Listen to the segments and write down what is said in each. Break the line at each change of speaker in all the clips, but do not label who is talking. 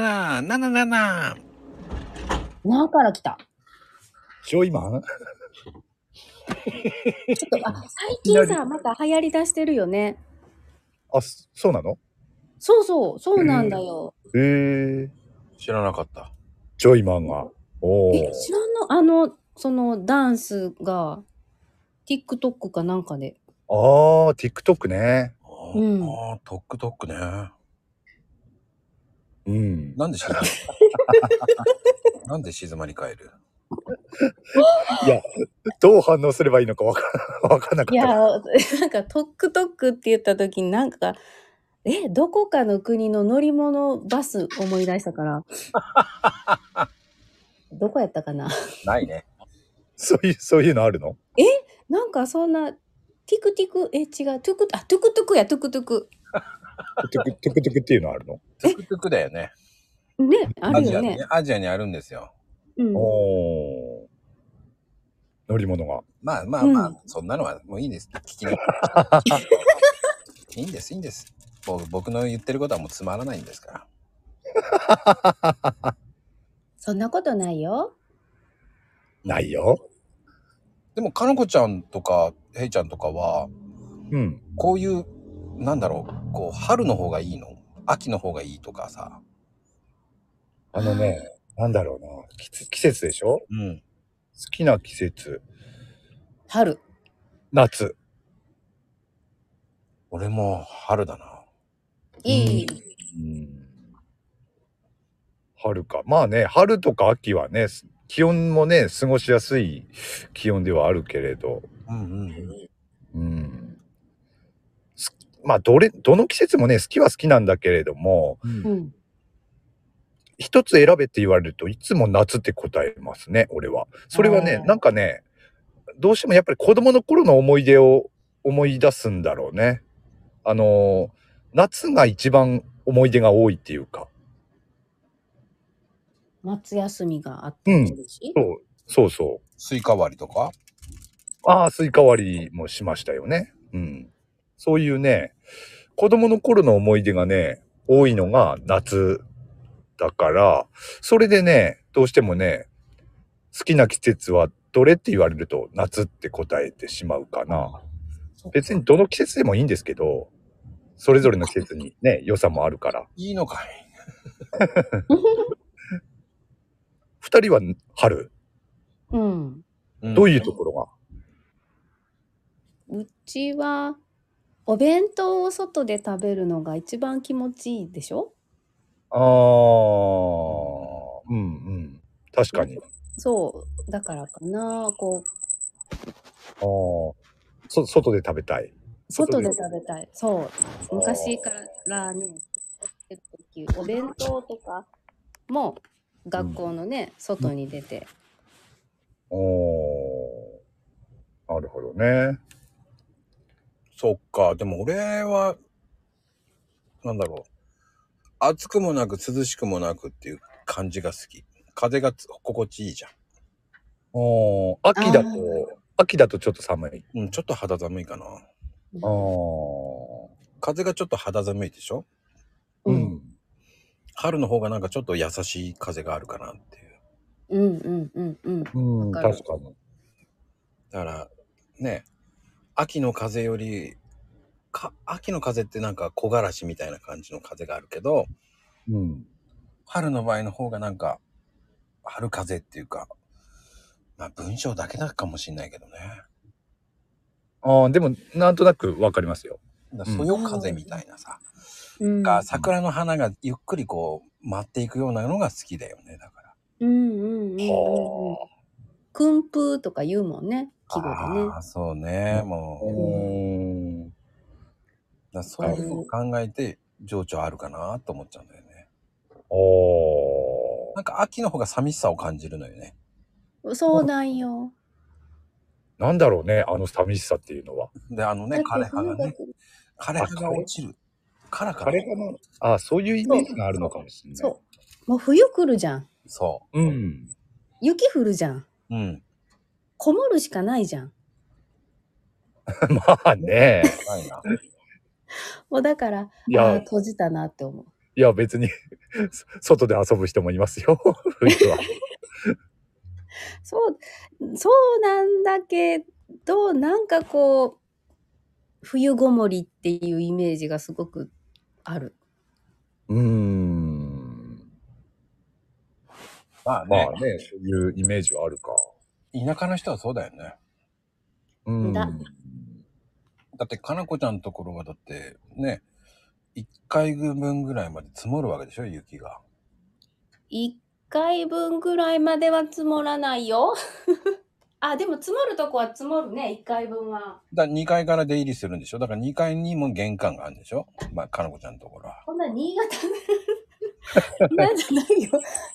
77777
なから来た。
今日今
ちょっと、 あ、最近さ、また流行り出してるよね。
あ、そそうなの
そうそう、そうなんだよ。
へえ。
知らなかった。
ジョイマンが。おお。
え、知らんのあの、そのダンスが、TikTok かなんかで。
ああ、TikTok ね。
あ
うん
ー、トックトックね。
うん。
なんで 静まりなんで静まり変える
どう反応すればいいのかわ からわかんなか
い
っ
や、
た。
なんか TikTok って言った時になんか、え、どこかの国の乗り物バス思い出したから。 どこやったかな
ないね。
そういう、そういうのあるの
なんかそんな、ティクティク、え、違う、トゥク、あ、トゥクトゥクや、トゥクトゥク。
トゥクトゥクトゥクっていうのあるの
トゥクトゥクだよね。
ね、あ
ア
る
ジ
よ
アに
ね。
アジアにあるんですよ。
うん、
おお。乗り物が。
まあまあまあ、
うん
そんなのはもういいです。聞きにいいんです、いいんです。もう僕の言ってることはもうつまらないんですから。
そんなことないよ。
ないよ。
でも、かのこちゃんとか、へいちゃんとかは、
うん。
こういう、なんだろう、こう、春の方がいいの秋の方がいいとかさ。
あのね、なんだろうな。季節季節でしょ
うん。
好きな季節。
春。
夏。
俺も春だな。
いい。
うん。春か。まあね、春とか秋はね、す気温もね、過ごしやすい気温ではあるけれど。
うんうんうん。
うん。すまあ、どれ、どの季節もね、好きは好きなんだけれども、
うん。
一つ選べって言われるといつも夏って答えますね俺はそれはね
あー
なんかねどうしてもやっぱり子供の頃の思い出を思い出すんだろうねあのー夏が一番思い出が多いっていうか
夏休みがあったりするし。
そうそうそ
スイカ割りとか
うああスイカ割りもしましたよねうんそういうね子供の頃の思い出がね多いのが夏だからそれでねどうしてもね好きな季節はどれって言われると夏って答えてしまうかな
そう
別にどの季節でもいいんですけどそれぞれの季節にね良さもあるから
いいのかい
2人は春
うん。
どう
い
いうところが、
うちは、お弁当を外で食べるのが一番気持ちいいでしょ
ああうんうん確かに
そう。だからかな。こう、
ああそ外で食べたい
外で食べたい。そう。昔からね、結構お弁当とかも学校のね、外に出て。
おーなるほどね。
そっか。でも俺は、なんだろう。暑くもなく涼しくもなくっていう感じが好き。風がつ心地いいじゃ
おー秋だ
あ
と、秋だとちょっと寒い。
ん。うん、ちょっと肌寒いかな。
あー
風がちょっと肌寒いでしょ
う
うん。
ん。
春の方がなんかちょっと優しい風があるかなっていう。
うんうんうんうん。
うん、
わかる
確かに。
だから、ね、秋の風より、か秋の風ってなんか木枯らしみたいな感じの風があるけど、
うん。
春の場合の方がなんか、春風っていうか、まあ文章だけだかもしんないけどね。
ああ、でも、なんとなくわかりますよ。
だからそよ風みたいなさ、
うん
が桜の花がゆっくりこう舞っていくようなのが好きだよねだから
うんうんうんうんうん。訓風とか言うもんね、季語でね
あ。あそうねも
おー
うだからそういうのを考えて情緒あるかなと思っちゃうんだよね
お
なんか秋の方が寂しさを感じるのよね
そうなんよ。
ーなんだろうね、あの寂しさっていうのは。
であのね
だって
枯葉がね
冬が
枯葉が落ちるからか
あ
ら
れかなああ、そういうイメージがあるのかもしれない。
そう。もう冬来るじゃん。
そ
うん。
雪降るじゃん。
ううん
こもるしかないじゃん。
まあね。
ないな
もうだから、
いや
あー閉じたなって思う。
いや、別に、 外で遊ぶ人もいますよ。 冬は。
そう、そうなんだけど、なんかこう、冬ごもりっていうイメージがすごくある。
うーん。
まあ
ま
ね
あ、ね、そういうイメージはあるか。
田舎の人はそうだよね。
うーん。
だ
だって、かなこちゃんのところはだって、ね、1回分ぐらいまで積もるわけでしょ、雪が。
1回分ぐらいまでは積もらないよ。 あ、でも積もるとこは積もるね、1回分は。
だから2階から出入りするんでしょだから2階にも玄関があるんでしょまあ、かなこちゃんのところは。
こんな新 潟なんじゃないよ。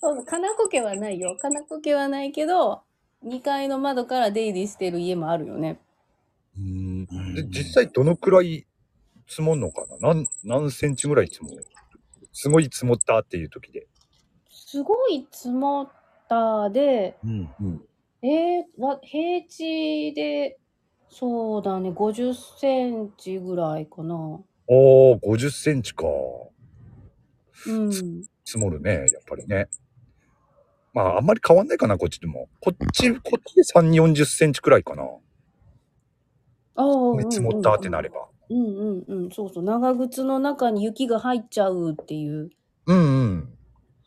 そう金子家はないよ。金子家はないけど、2階の窓から出入りしてる家もあるよね。
うーん
うん
で実際どのくらい積もんのかな何何センチぐらい積もるすごい積もったっていう時で。
すごい積もったで、
うん。
うん。
えー、わ平地で、そうだね、50センチぐらいかな。
あー50センチか。
うん。
積もるね、やっぱりね。まあ、あんまり変わんないかな、こっちでも。こっち、こっちで3、40センチくらいかな。
ああ、
積もったってなれば。
うんうんうん、そうそう、長靴の中に雪が入っちゃうっていう。
うんうん。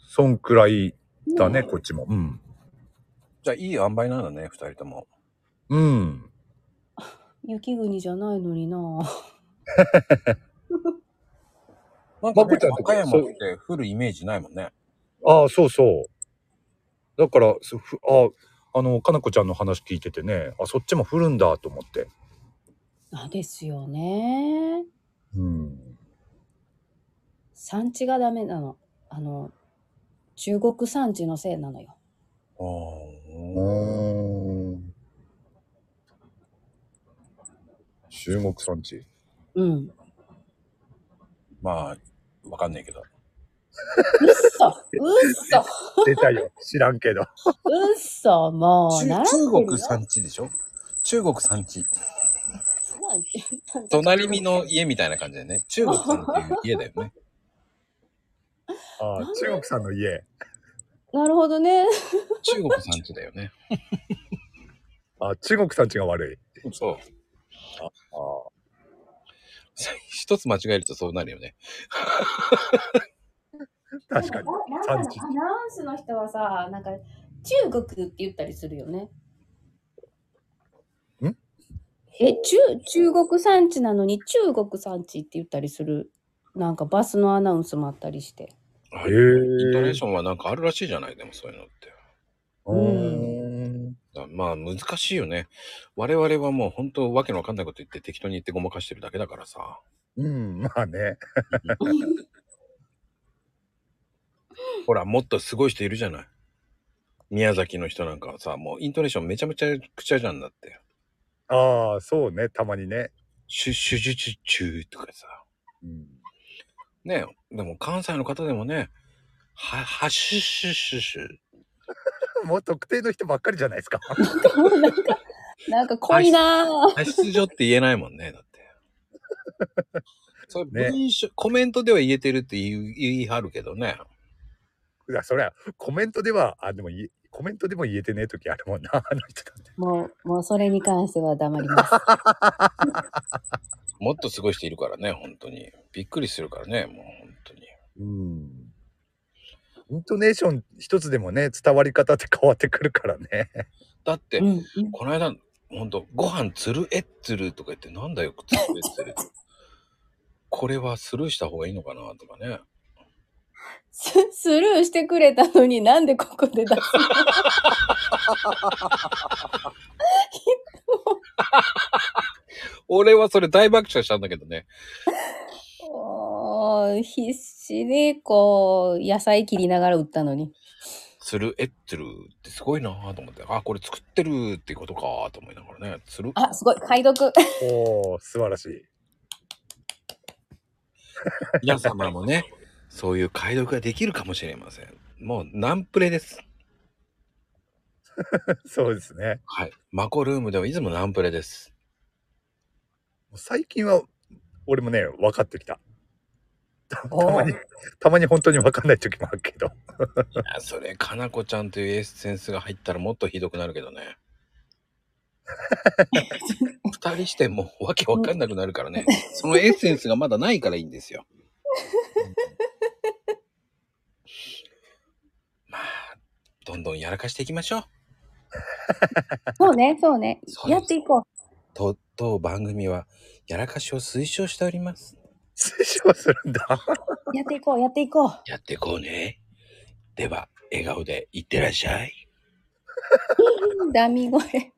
そんくらいだね、こっちも。うん。
じゃあ、いい塩梅なんだね、2人とも。
うん。
雪国じゃないのにな。
なんか、
まこ
ね
ちゃん、とこ
岡山って降るイメージないもんね。
ああ、そうそう。だから、そふああ、あの、かなこちゃんの話聞いててね、あ、そっちも降るんだと思って。
あですよね。
うん。
産地がダメなの。あの、中国産地のせいなのよ。
あー
中国産地。
うん。う
まあ、わかんないけど。
っそうっそ
出たよ。知らんけど。
うっそもう、
中
習ってるよ
中国産地でしょ中国産地。
なんて
隣見の家みたいな感じでね。中国産っていう家だよ ね。
あ
なんで
中国産の家。
なるほどね。
中国産地だよね。
あ、中国産地が悪い。
そう。
あ
一つ間違えるとそうなるよね。
あ、確かに。
ななん
産地
かのアナウンスの人はさ、なんか、中国って言ったりするよね。
ん
え、中、中国産地なのに中国産地って言ったりする。なんかバスのアナウンスもあったりして。
へ
へえ
イントネーションはなんかあるらしいじゃないでもそういうのって。
うーん。
だまあ難しいよね。我々はもう本当わけのわかんないこと言って適当に言ってごまかしてるだけだからさ。
うん、まあね。
ほら、もっとすごい人いるじゃない。宮崎の人なんかはさ、もうイントネーションめちゃめちゃくちゃじゃんだって。
ああ、そうね。たまにね。
シュッシュッシュッシュッシューとかさ。
うん、
ねえ、でも関西の方でもね、は、はしゅっしゅっしゅっしゅ。
もう特定の人ばっかりじゃないですか。
なんか、 なんか濃いなぁ。
派出所って言えないもんね、だって。 それ
ね
文章、コメントでは言えてるって言い言い張るけどね。
いや、そりゃ、コメントでは、あ、でもい、コメントでも言えてねえ時あるもんな、 あの人だって。
もう、もうそれに関しては黙ります。
もっとすごい人いるからね、本当に。びっくりするからね、もう本当に。
うん。イントネーション一つでもね、伝わり方って変わってくるからね。
だって、
うんうん、
この間、本当ご飯つるえっつるとか言って、なんだよ、つるえっつる。これはスルーした方がいいのかなとかね。
ススルーしてくれたのになんでここで出すの
俺はそれ大爆笑したんだけどね。
おー必死でこう野菜切りながら売ったのに
つるえっつるってすごいなと思って、あ、これ作ってるってことかと思いながらね、つる
あすごい解読
おお、素晴らしい。
皆様もね、そういう解読ができるかもしれません。もうナンプレです。
そうですね。
はい。マコルームではいつもナンプレです。
最近は、俺もね、分かってきた。たまに、たまに本当にわかんない時もあるけど。
いやそれかなこちゃんというエッセンスが入ったらもっとひどくなるけど ね二人してもうわけわかんなくなるからねそのエッセンスがまだないからいいんですよまあどんどんやらかしていきましょう
そうね、そうね
そう。です
やっていこう。
と当番組はやらかしを推奨しております
推奨するんだ。
やっていこう、やっていこう。
やっていこうねでは笑顔でいってらっしゃい
ダミ声。